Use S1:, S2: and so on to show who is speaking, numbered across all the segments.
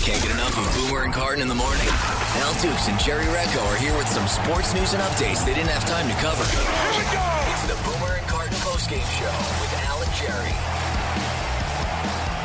S1: Can't get enough of Boomer and Carton in the morning. Al Dukes and Jerry Recco are here with some sports news and updates they didn't have time to cover. Here we go! It's the Boomer and Carton postgame show with Al and Jerry.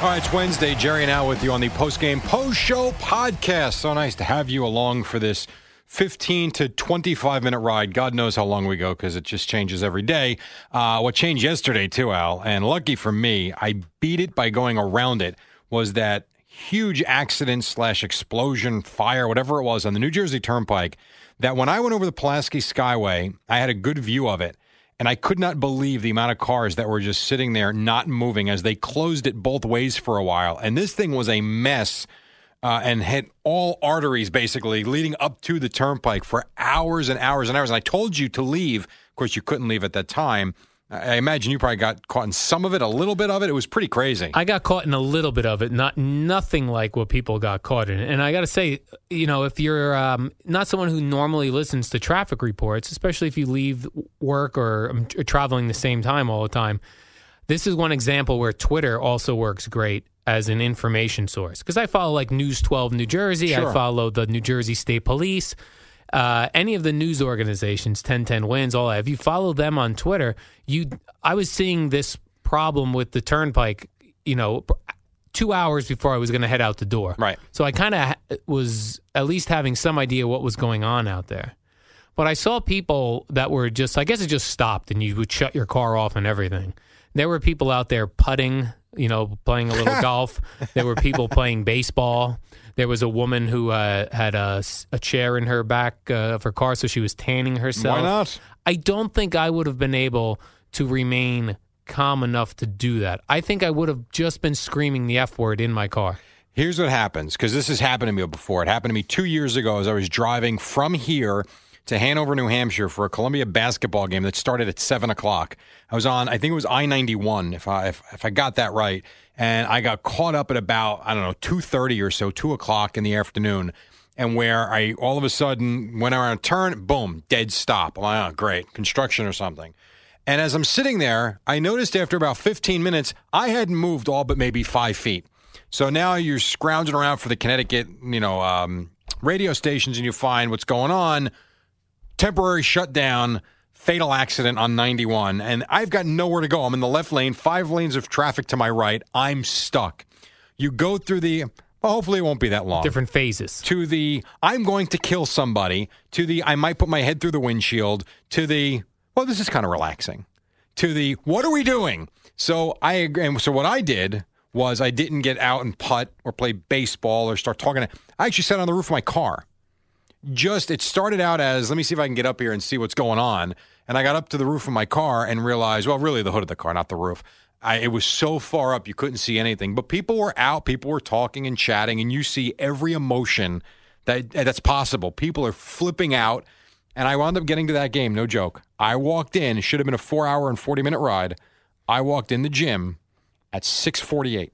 S2: All right, it's Wednesday. Jerry and Al with you on the post game post show podcast. So nice to have you along for this 15 to 25 minute ride. God knows how long we go because it just changes every day. Uh, what changed yesterday, too, Al, and lucky for me, I beat it by going around it, was that huge accident slash explosion, fire, whatever it was on the New Jersey Turnpike. That when I went over the Pulaski Skyway, I had a good view of it. And I could not believe the amount of cars that were just sitting there not moving as they closed it both ways for a while. And this thing was a mess uh, and hit all arteries basically leading up to the turnpike for hours and hours and hours. And I told you to leave. Of course, you couldn't leave at that time. I I imagine you probably got caught in some of it, a little bit of it. It was pretty crazy.
S3: I got caught in a little bit of it, not nothing like what people got caught in. And I got to say, you know, if you're um, not someone who normally listens to traffic reports, especially if you leave work or um, tr- traveling the same time all the time, this is one example where Twitter also works great as an information source because I follow like News 12 New Jersey,
S2: Sure.
S3: I follow the New Jersey State Police, uh, any of the news organizations, 1010 Wins, all that. If you follow them on Twitter, you I was seeing this problem with the Turnpike, you know, two hours before I was going to head out the door.
S2: Right.
S3: So I kind of ha- was at least having some idea what was going on out there. But I saw people that were just, I guess it just stopped and you would shut your car off and everything. There were people out there putting, you know, playing a little golf. There were people playing baseball. There was a woman who uh, had a, s- a chair in her back uh, of her car, so she was tanning herself.
S2: Why not?
S3: I don't think I would have been able to remain calm enough to do that. I think I would have just been screaming the F word in my car.
S2: Here's what happens because this has happened to me before. It happened to me two years ago as I was driving from here to Hanover, New Hampshire for a Columbia basketball game that started at seven o'clock. I was on, I think it was I ninety one, if I if, if I got that right, and I got caught up at about I don't know two thirty or so, two o'clock in the afternoon, and where I all of a sudden went around a turn, boom, dead stop. I'm like, oh, great, construction or something. And as I'm sitting there, I noticed after about 15 minutes, I hadn't moved all but maybe five feet. So now you're scrounging around for the Connecticut, you know, um, radio stations, and you find what's going on. Temporary shutdown, fatal accident on 91, and I've got nowhere to go. I'm in the left lane, five lanes of traffic to my right. I'm stuck. You go through the. Well, hopefully, it won't be that long
S3: Different phases.
S2: to the I'm going to kill somebody, to the I might put my head through the windshield, to the well, this is kind of relaxing, to the what are we doing? So I ag- and so what I did was I didn't get out and putt or play baseball or start talking. To, I actually sat on the roof of my car. Just it started out as let me see if I can get up here and see what's going on, and I got up to the roof of my car and realized well, really the hood of the car, not the roof. I, it was so far up you couldn't see anything, but people were out, people were talking and chatting, and you see every emotion that that's possible. People are flipping out, and I wound up getting to that game. No joke. I walked in; it should have been a four-hour and forty-minute ride. I walked in the gym at six forty-eight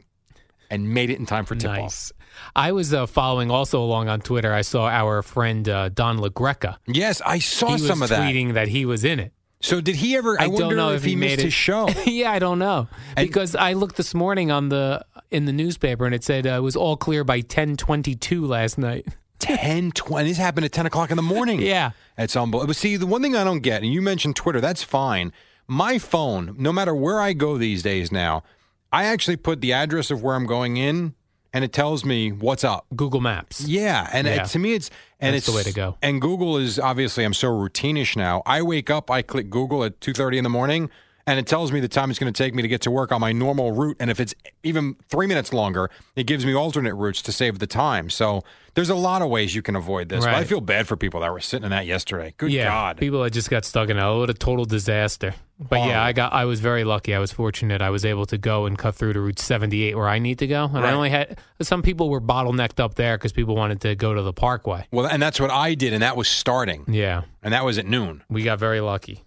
S2: and made it in time for tip-off.
S3: Nice. I was uh, following also along on Twitter. I saw our friend uh, Don LaGreca.
S2: Yes, I saw
S3: He was
S2: some of that.
S3: tweeting that he was in it.
S2: So did he ever? I,
S3: I don't
S2: wonder
S3: know
S2: if,
S3: if
S2: he,
S3: he
S2: missed
S3: made it.
S2: his show.
S3: yeah, I don't know
S2: And-
S3: because I looked this morning on the in the newspaper and it said uh, it was all clear by ten twenty two last night.
S2: 10, 20. This happened at 10 o'clock in the morning.
S3: Yeah.
S2: It's unbelievable. But see, the one thing I don't get, and you mentioned Twitter, that's fine. My phone, no matter where I go these days now, I actually put the address of where I'm going in and it tells me what's up.
S3: Google Maps.
S2: Yeah, and
S3: Yeah.
S2: It, to me, it's and
S3: That's
S2: it's
S3: the way to go.
S2: And Google is obviously I'm so routinish now. I wake up, I click Google at two thirty in the morning, and it tells me the time it's going to take me to get to work on my normal route. And if it's even three minutes longer, it gives me alternate routes to save the time. So there's a lot of ways you can avoid this. But I
S3: Right.
S2: feel bad for people that were sitting in that yesterday. Good
S3: yeah,
S2: God.
S3: people that just got stuck in it. What a total disaster. But
S2: Horrible.
S3: yeah, I got. I was very lucky. I was fortunate. I was able to go and cut through to Route 78 where I need to go. And I
S2: Right.
S3: only had some people were bottlenecked up there because people wanted to go to the Parkway.
S2: well, and that's what I did, and that was starting,
S3: Yeah,
S2: and that was at noon.
S3: we got very lucky.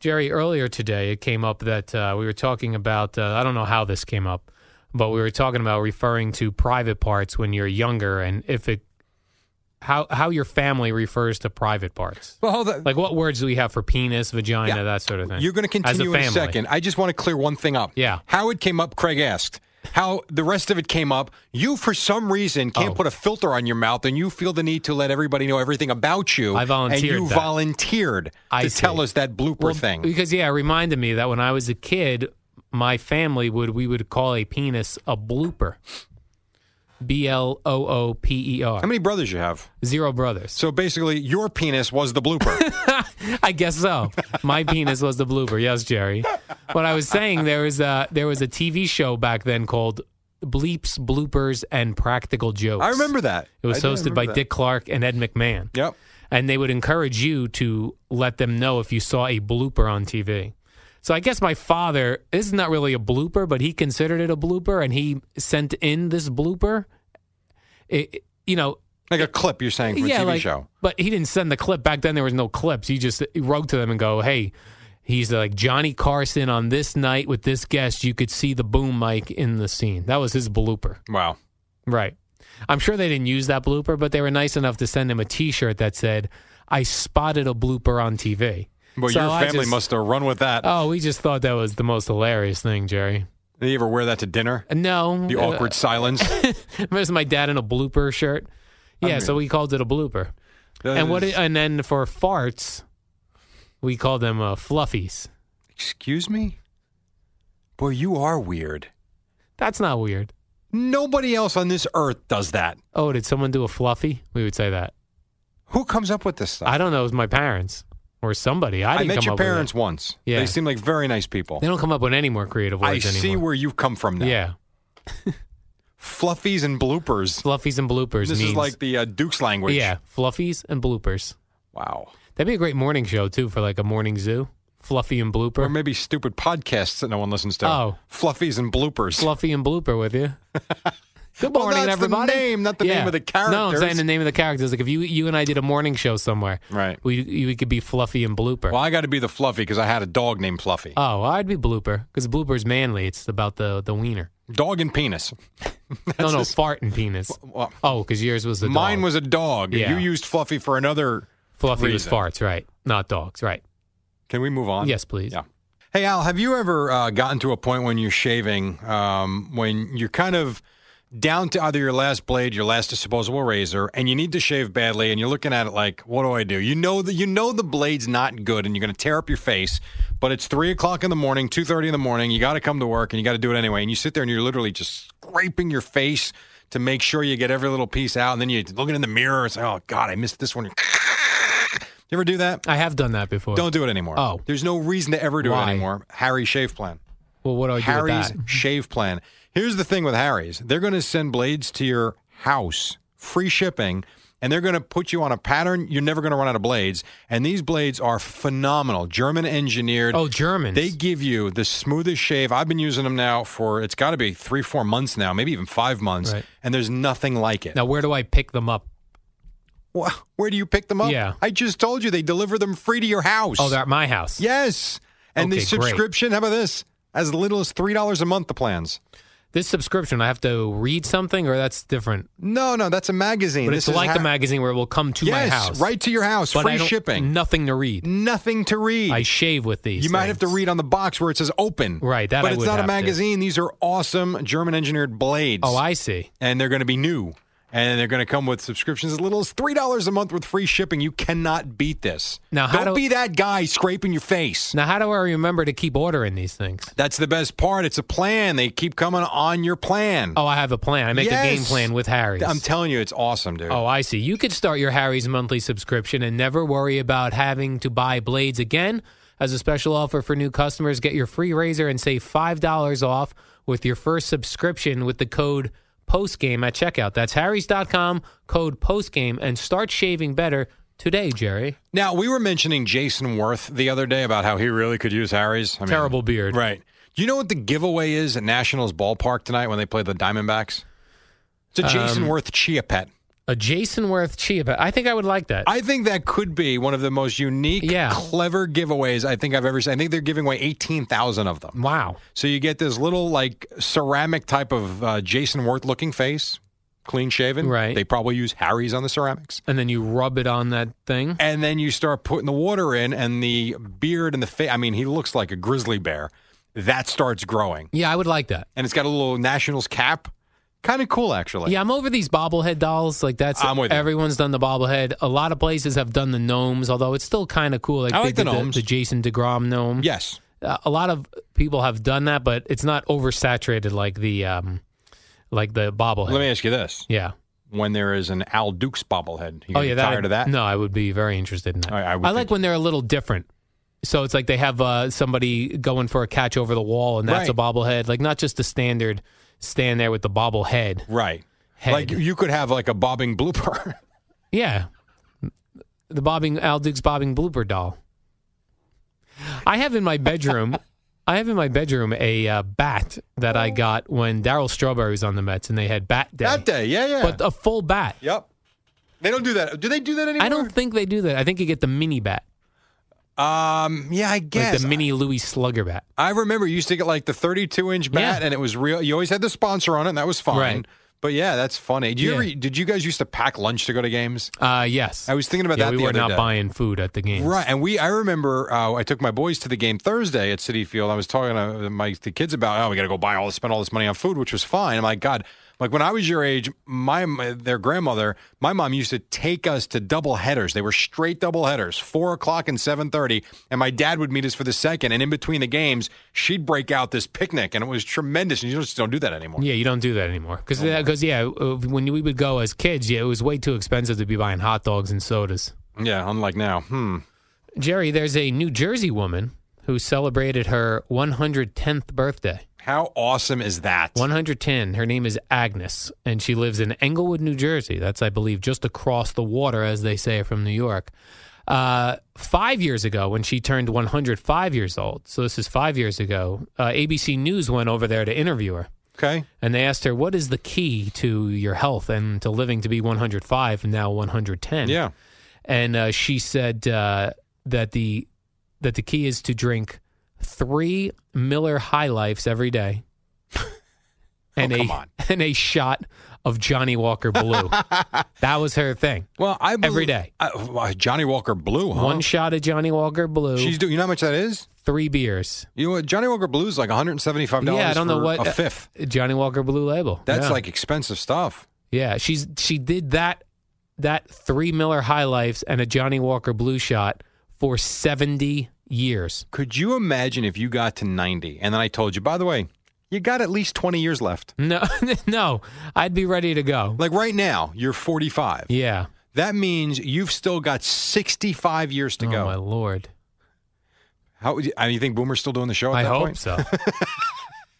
S3: Jerry, earlier today it came up that uh, we were talking about. Uh, I don't know how this came up, but we were talking about referring to private parts when you're younger and if it how how your family refers to private parts.
S2: Well, hold on.
S3: Like what words do we have for penis, vagina,
S2: Yeah.
S3: that sort of thing?
S2: You're going to
S3: As
S2: continue in a
S3: family.
S2: second. I just want to clear one thing up.
S3: Yeah.
S2: How it came up, Craig asked. How the rest of it came up. You, for some reason, can't
S3: Oh.
S2: put a filter on your mouth, and you feel the need to let everybody know everything about you.
S3: I
S2: And you
S3: volunteered that.
S2: volunteered
S3: I
S2: to
S3: see.
S2: tell us that blooper
S3: Well,
S2: thing.
S3: Because yeah, it reminded me that when I was a kid, my family would we would call a penis a blooper. B L O O P E
S2: How
S3: R.
S2: many brothers you have?
S3: Zero brothers.
S2: So basically, your penis was the blooper.
S3: I guess so. My penis was the blooper. Yes, Jerry. What I was saying there was a there was a TV show back then called Bleeps, Bloopers, and Practical Jokes.
S2: I remember that.
S3: It was
S2: I do
S3: hosted
S2: remember
S3: by
S2: that.
S3: Dick Clark and Ed McMahon.
S2: Yep.
S3: and they would encourage you to let them know if you saw a blooper on TV. So I guess my father this is not really a blooper, but he considered it a blooper, and he sent in this blooper. It, it- you know,
S2: Like a clip you're saying from
S3: yeah,
S2: a TV
S3: like,
S2: show.
S3: but he didn't send the clip back then. There was no clips. He just wrote to them and go, "Hey, he's like Johnny Carson on this night with this guest. You could see the boom mic in the scene. That was his blooper."
S2: Wow.
S3: Right. I'm sure they didn't use that blooper, but they were nice enough to send him a T-shirt that said, "I spotted a blooper on TV."
S2: Well,
S3: So
S2: your
S3: I
S2: family
S3: just-
S2: must have run with that.
S3: Oh, we just thought that was the most hilarious thing, Jerry.
S2: Did you ever wear that to dinner?
S3: No,
S2: The awkward silence.
S3: Uh, there's my dad in a blooper shirt. Yeah, so we called it a blooper. and what?
S2: That is-
S3: and then for farts, we called them uh, fluffies.
S2: Excuse me? Boy, you are weird.
S3: That's not weird.
S2: Nobody else on this earth does that.
S3: Oh, did someone do a fluffy? We would say that.
S2: Who comes up with this stuff?
S3: I don't know. It was my parents or somebody. I didn't
S2: met
S3: come
S2: your
S3: up with it.
S2: parents once.
S3: Yeah.
S2: They seem like very nice people.
S3: They don't come up with any more creative
S2: I
S3: words
S2: see
S3: anymore.
S2: where you've come from now.
S3: Yeah,
S2: Fluffies and bloopers.
S3: fluffies and bloopers.
S2: This is
S3: means-
S2: like the uh, Duke's language.
S3: yeah, fluffies and bloopers.
S2: Wow.
S3: That'd be a great morning show too for like a morning zoo. Fluffy and blooper.
S2: Or maybe stupid podcasts that no one listens to.
S3: Oh.
S2: Fluffies and bloopers.
S3: Fluffy and Blooper with you. Good
S2: Well,
S3: morning,
S2: that's the
S3: everybody.
S2: name, not the name of the
S3: No, I'm
S2: characters.
S3: saying the name of the characters. Like if you you and I did a morning show somewhere,
S2: Right.
S3: We we could be Fluffy and Blooper.
S2: Well, I got to be the Fluffy because I had a dog named Fluffy.
S3: Oh, well, I'd be Blooper because Blooper's manly. It's about the the wiener.
S2: dog and penis.
S3: No, no, fart and penis.
S2: Well,
S3: Oh, because yours was the
S2: mine
S3: dog.
S2: was a dog.
S3: Yeah.
S2: You used Fluffy for another.
S3: Fluffy was
S2: reason.
S3: farts, right? Not dogs, right?
S2: Can we move on?
S3: Yes, please.
S2: Yeah. Hey, Al, have you ever uh, gotten to a point when you're shaving, um, when you're kind of down to either your last blade, your last disposable razor, and you need to shave badly, and you're looking at it like, "What do I do?" You know that you know the blade's not good, and you're going to tear up your face. But it's three o'clock in the morning, two thirty in the morning. You got to come to work, and you got to do it anyway. And you sit there, and you're literally just scraping your face to make sure you get every little piece out. And then you're looking in the mirror and say, "Oh God, I missed this one." You ever do that?
S3: I have done that before.
S2: Don't do it anymore.
S3: Oh.
S2: There's no reason to ever do it
S3: Why?
S2: anymore. Harry Shave Plan.
S3: Well, what do I do with
S2: Harry's
S3: that?
S2: Shave Plan. Here's the thing with Harry's they're going to send blades to your house, free shipping, and they're going to put you on a pattern. You're never going to run out of blades. And these blades are phenomenal, German engineered.
S3: Oh, Germans.
S2: They give you the smoothest shave. I've been using them now for, it's got to be three, four months now, maybe even five months.
S3: Right.
S2: And there's nothing like it.
S3: now, where do I pick them up?
S2: Wha- Where do you pick them up?
S3: Yeah.
S2: I just told you they deliver them free to your house.
S3: Oh, they're at my house.
S2: Yes. And the
S3: Okay, great.
S2: subscription, how about this? As little as $3 a month, the plans.
S3: This subscription, I have to read something, or that's different.
S2: No, no, that's a magazine.
S3: But
S2: This
S3: it's
S2: is
S3: like
S2: ha-
S3: the magazine where it will come to
S2: yes,
S3: my house.
S2: right to your house.
S3: But I
S2: free
S3: don't-
S2: shipping.
S3: Nothing to read.
S2: Nothing to read.
S3: I shave with these.
S2: you might have to
S3: things.
S2: read on the box where it says open.
S3: Right, that
S2: But
S3: I
S2: it's
S3: would
S2: not a
S3: have to.
S2: magazine. These are awesome German engineered blades.
S3: Oh, I see.
S2: and they're going to be new. And they're going to come with subscriptions as little as $3 a month with free shipping. You cannot beat this.
S3: Now, how
S2: don't
S3: do-
S2: be that guy scraping your face.
S3: Now, how do I remember to keep ordering these things?
S2: That's the best part. It's a plan. They keep coming on your plan.
S3: Oh, I have a plan. I make a game
S2: Yes.
S3: plan with Harry's.
S2: I'm telling you, it's awesome, dude.
S3: Oh, I see. You could start your Harry's monthly subscription and never worry about having to buy blades again As a special offer for new customers, get your free razor and save $5 off with your first subscription with the code postgame at checkout. That's harrys.com, code postgame, and start shaving better today, Jerry.
S2: Now, we were mentioning Jason Worth the other day about how he really could use Harry's. I mean,
S3: Terrible beard.
S2: Right. Do you know what the giveaway is at Nationals Ballpark tonight when they play the Diamondbacks? It's a Jason
S3: Um,
S2: Worth Chia Pet.
S3: A Jason Worth Chia Pet. I think I would like that.
S2: I think that could be one of the most unique,
S3: Yeah.
S2: clever giveaways I think I've ever seen. I think they're giving away 18,000 of them.
S3: wow.
S2: So you get this little, like, ceramic type of uh, Jason Worth looking face, clean shaven.
S3: Right.
S2: They probably use Harry's on the ceramics.
S3: And then you rub it on that thing.
S2: and then you start putting the water in, and the beard and the face. I mean, he looks like a grizzly bear. That starts growing,
S3: Yeah, I would like that.
S2: and it's got a little Nationals cap. Kind of cool, actually.
S3: yeah, I'm over these bobblehead dolls. Like that's
S2: I'm with you.
S3: everyone's done the bobblehead. A lot of places have done the gnomes, although it's still kind of cool. Like
S2: I
S3: they
S2: like the
S3: did
S2: gnomes.
S3: The, Jason Degrom gnome.
S2: Yes.
S3: Uh, a lot of people have done that, but it's not oversaturated like the um, like the bobblehead.
S2: Let me ask you this:
S3: yeah.
S2: When there is an Al Dukes bobblehead, you
S3: oh yeah.
S2: get tired of that?
S3: No, I would be very interested in that.
S2: I- I would
S3: like
S2: think-
S3: when they're a little different. So it's like they have uh, somebody going for a catch over the wall, and that's
S2: Right.
S3: a bobblehead. Like not just the standard stand there with the bobblehead.
S2: Right.
S3: Head.
S2: Like you could have like a bobbing blooper.
S3: Yeah. The bobbing Al Dukes bobbing blooper doll. I have in my bedroom I have in my bedroom a uh, bat that I got when Daryl Strawberry was on the Mets and they had bat day.
S2: That day, yeah, yeah.
S3: But a full bat.
S2: yep. They don't do that. Do they do that anymore?
S3: I don't think they do that. I think you get the mini bat.
S2: Um. Yeah, I guess.
S3: Like the mini Louis Slugger bat.
S2: I remember you used to get like the 32 inch bat,
S3: Yeah.
S2: and it was real. You always had the sponsor on it, and that was fine.
S3: Right.
S2: But yeah, that's funny. Do you
S3: Yeah.
S2: ever, did you guys used to pack lunch to go to games?
S3: Uh yes.
S2: I was thinking about
S3: yeah,
S2: that
S3: We
S2: the
S3: were
S2: other
S3: not
S2: day.
S3: buying food at the game.
S2: Right, and we I remember uh, I took my boys to the game Thursday at City Field. I was talking to my the kids about oh we got to go buy all this, spend all this money on food, which was fine. I'm like God, like when I was your age, my, my their grandmother, my mom used to take us to double headers. They were straight double headers, four o'clock and seven thirty, and my dad would meet us for the second, and in between the games, she'd break out this picnic, and it was tremendous. And you just don't do that anymore.
S3: Yeah, you don't do that anymore because yeah, uh, when we would go as kids, yeah, it was way too expensive to be buying hot dogs and sodas.
S2: yeah unlike now. Hmm.
S3: Jerry, there's a New Jersey woman who celebrated her 110th birthday.
S2: How awesome is that?
S3: 110. Her name is Agnes, and she lives in Englewood, New Jersey. That's, I believe, just across the water, as they say, from New York. Uh, five years ago, when she turned 105 years old, so this is five years ago, uh, ABC News went over there to interview her.
S2: okay.
S3: And they asked her, What is the key to your health and to living to be 105 and now 110?
S2: Yeah.
S3: and uh, she said uh, that the that the key is to drink three Miller High Lifes every day, and
S2: Oh, come
S3: a
S2: on.
S3: and a shot of Johnny Walker Blue. that was her thing.
S2: Well, I believe,
S3: Every day.
S2: I- uh, Johnny Walker Blue, huh?
S3: One shot of Johnny Walker Blue,
S2: She's doing. You know how much that is?
S3: three beers.
S2: You know what? Johnny Walker Blue is like one hundred and seventy-five dollars.
S3: Yeah, I don't know what
S2: a fifth.
S3: Johnny Walker Blue Label.
S2: That's
S3: Yeah.
S2: like expensive stuff.
S3: yeah. She's she did that that three Miller High Lifes and a Johnny Walker Blue shot for seventy years.
S2: Could you imagine if you got to ninety and then I told you, by the way, you got at least twenty years left.
S3: No, no, I'd be ready to go.
S2: Like right now, you're forty-five.
S3: Yeah.
S2: That means you've still got sixty-five years to
S3: oh
S2: go.
S3: my lord!
S2: How? would you- I mean, you think Boomer's still doing the show? Oh, At
S3: I
S2: that
S3: hope
S2: point?
S3: so.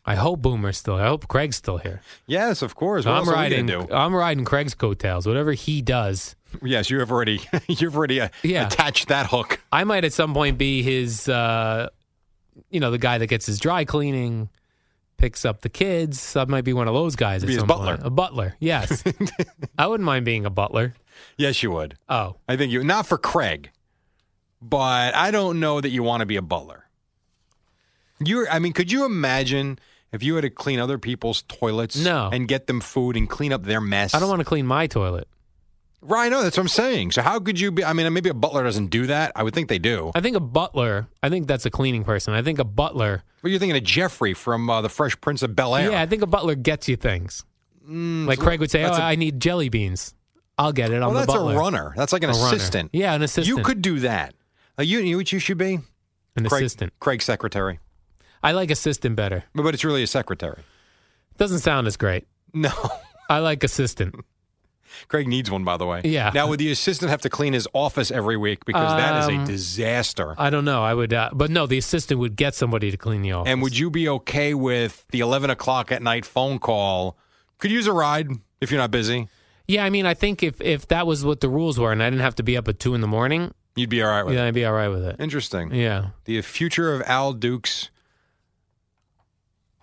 S3: I hope Boomer's still. I hope Craig's still here.
S2: Yes, of course. What
S3: I'm
S2: else are we gonna
S3: riding.
S2: do?
S3: I'm riding Craig's coattails. Whatever he does,
S2: Yes, you have already. you've already uh,
S3: Yeah.
S2: attached that hook.
S3: I might at some point be his. Uh, you know, the guy that gets his dry cleaning, picks up the kids. I might be one of those guys. At
S2: Be his
S3: some
S2: butler.
S3: point. A butler. Yes. I wouldn't mind being a butler.
S2: Yes, you would.
S3: Oh,
S2: I think you not for Craig, but I don't know that you want to be a butler. You're I mean, could you imagine if you had to clean other people's toilets
S3: No.
S2: and get them food and clean up their mess?
S3: I don't want to clean my toilet.
S2: Right, I know, that's what I'm saying. So how could you be I mean, maybe a butler doesn't do that. I would think they do.
S3: I think a butler. I think that's a cleaning person. I think a butler.
S2: But you're thinking of Jeffrey from uh, the Fresh Prince of Bel Air.
S3: Yeah, I think a butler gets you things. like Craig would say, "Oh,
S2: that's Mm, a-
S3: I need jelly beans. I'll get it. I'm
S2: well,
S3: the
S2: that's
S3: butler."
S2: a runner. That's like an
S3: A runner.
S2: assistant.
S3: Yeah, an assistant.
S2: You could do that. Uh, you, you know what you should be?
S3: an
S2: Craig,
S3: assistant.
S2: Craig's secretary.
S3: I like assistant better.
S2: But it's really a secretary.
S3: Doesn't sound as great.
S2: No.
S3: I like assistant.
S2: Craig needs one, by the way.
S3: Yeah.
S2: Now, would the assistant have to clean his office every week because that is a
S3: Um,
S2: disaster?
S3: I don't know. I would, uh, but no, the assistant would get somebody to clean the office.
S2: And would you be okay with the 11 o'clock at night phone call? Could you use a ride if you're not busy.
S3: Yeah, I mean, I think if if that was what the rules were, and I didn't have to be up at two in the morning,
S2: You'd be all right with
S3: then
S2: it.
S3: I'd be all right with it.
S2: Interesting.
S3: Yeah,
S2: The future of Al Dukes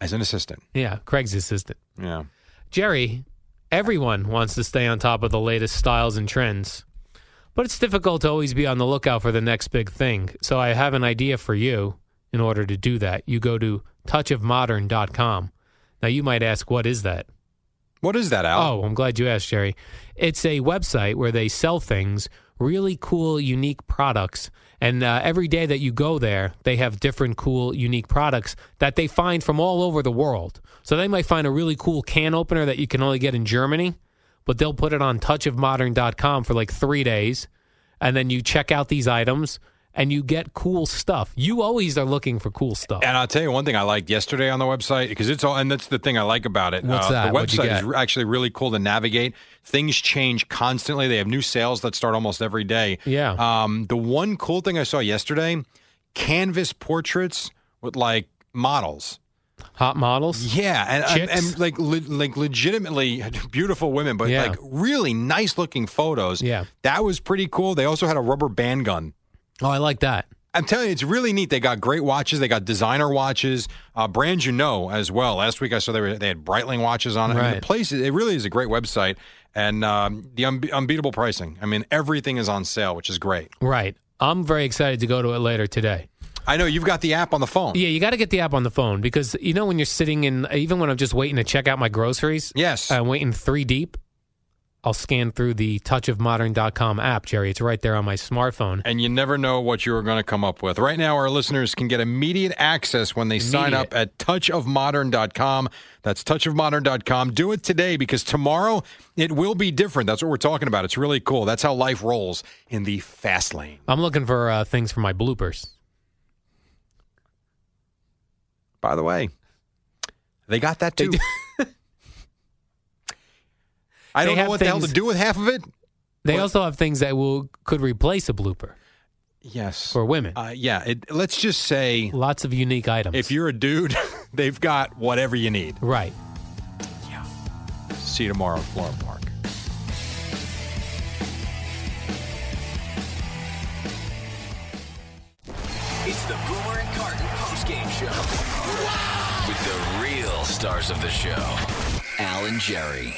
S2: as an assistant.
S3: yeah. Craig's assistant,
S2: Yeah.
S3: Jerry. Everyone wants to stay on top of the latest styles and trends, but it's difficult to always be on the lookout for the next big thing. So I have an idea for you. In order to do that, you go to touchofmodern.com. Now you might ask, what is that?
S2: What is that, Al?
S3: Oh, I'm glad you asked, Jerry. It's a website where they sell things, really cool, unique products. And uh, every day that you go there, they have different cool, unique products that they find from all over the world. So they might find a really cool can opener that you can only get in Germany, but they'll put it on touchofmodern.com for like three days. And then you check out these items and you get cool stuff. You always are looking for cool stuff.
S2: And I'll tell you one thing I liked yesterday on the website because it's all, and that's the thing I like about it. uh,
S3: What's that?
S2: The
S3: What'd you
S2: website is
S3: get?
S2: re- actually really cool to navigate. Things change constantly. They have new sales that start almost every day.
S3: Yeah.
S2: Um, the one cool thing I saw yesterday canvas portraits with like models.
S3: Hot models?
S2: Yeah. And, and,
S3: Chicks?
S2: and, like, le- like legitimately beautiful women, but
S3: Yeah.
S2: like really nice looking photos.
S3: Yeah.
S2: That was pretty cool. They also had a rubber band gun.
S3: Oh, I like that.
S2: I'm telling you, it's really neat. They got great watches. They got designer watches, uh, brands you know as well. Last week I saw they were, they had Breitling watches on it. I mean,
S3: Right.
S2: the place it really is a great website and um, the unbe- unbeatable pricing. I mean, everything is on sale, which is great.
S3: Right. I'm very excited to go to it later today.
S2: I know you've got the app on the phone.
S3: Yeah, you got to get the app on the phone because you know when you're sitting in, even when I'm just waiting to check out my groceries,
S2: Yes.
S3: I'm waiting three deep. I'll scan through the touchofmodern.com app, Jerry. It's right there on my smartphone.
S2: and you never know what you are going to come up with. Right now, our listeners can get immediate access when they sign
S3: Immediate.
S2: up at touchofmodern.com. That's touchofmodern.com. Do it today because tomorrow it will be different. That's what we're talking about. It's really cool. That's how life rolls in the fast lane.
S3: I'm looking for uh, things for my bloopers.
S2: By the way, they got that too. I
S3: They
S2: don't know
S3: have
S2: what the hell to
S3: things-
S2: do with half of it.
S3: They
S2: What?
S3: also have things that will could replace a blooper
S2: Yes.
S3: for women.
S2: Uh, yeah. It, let's just say
S3: Lots of unique items.
S2: if you're a dude, they've got whatever you need.
S3: right.
S2: See you tomorrow at Florham Park.
S1: It's the Boomer and Carton postgame show with the real stars of the show, Al and Jerry.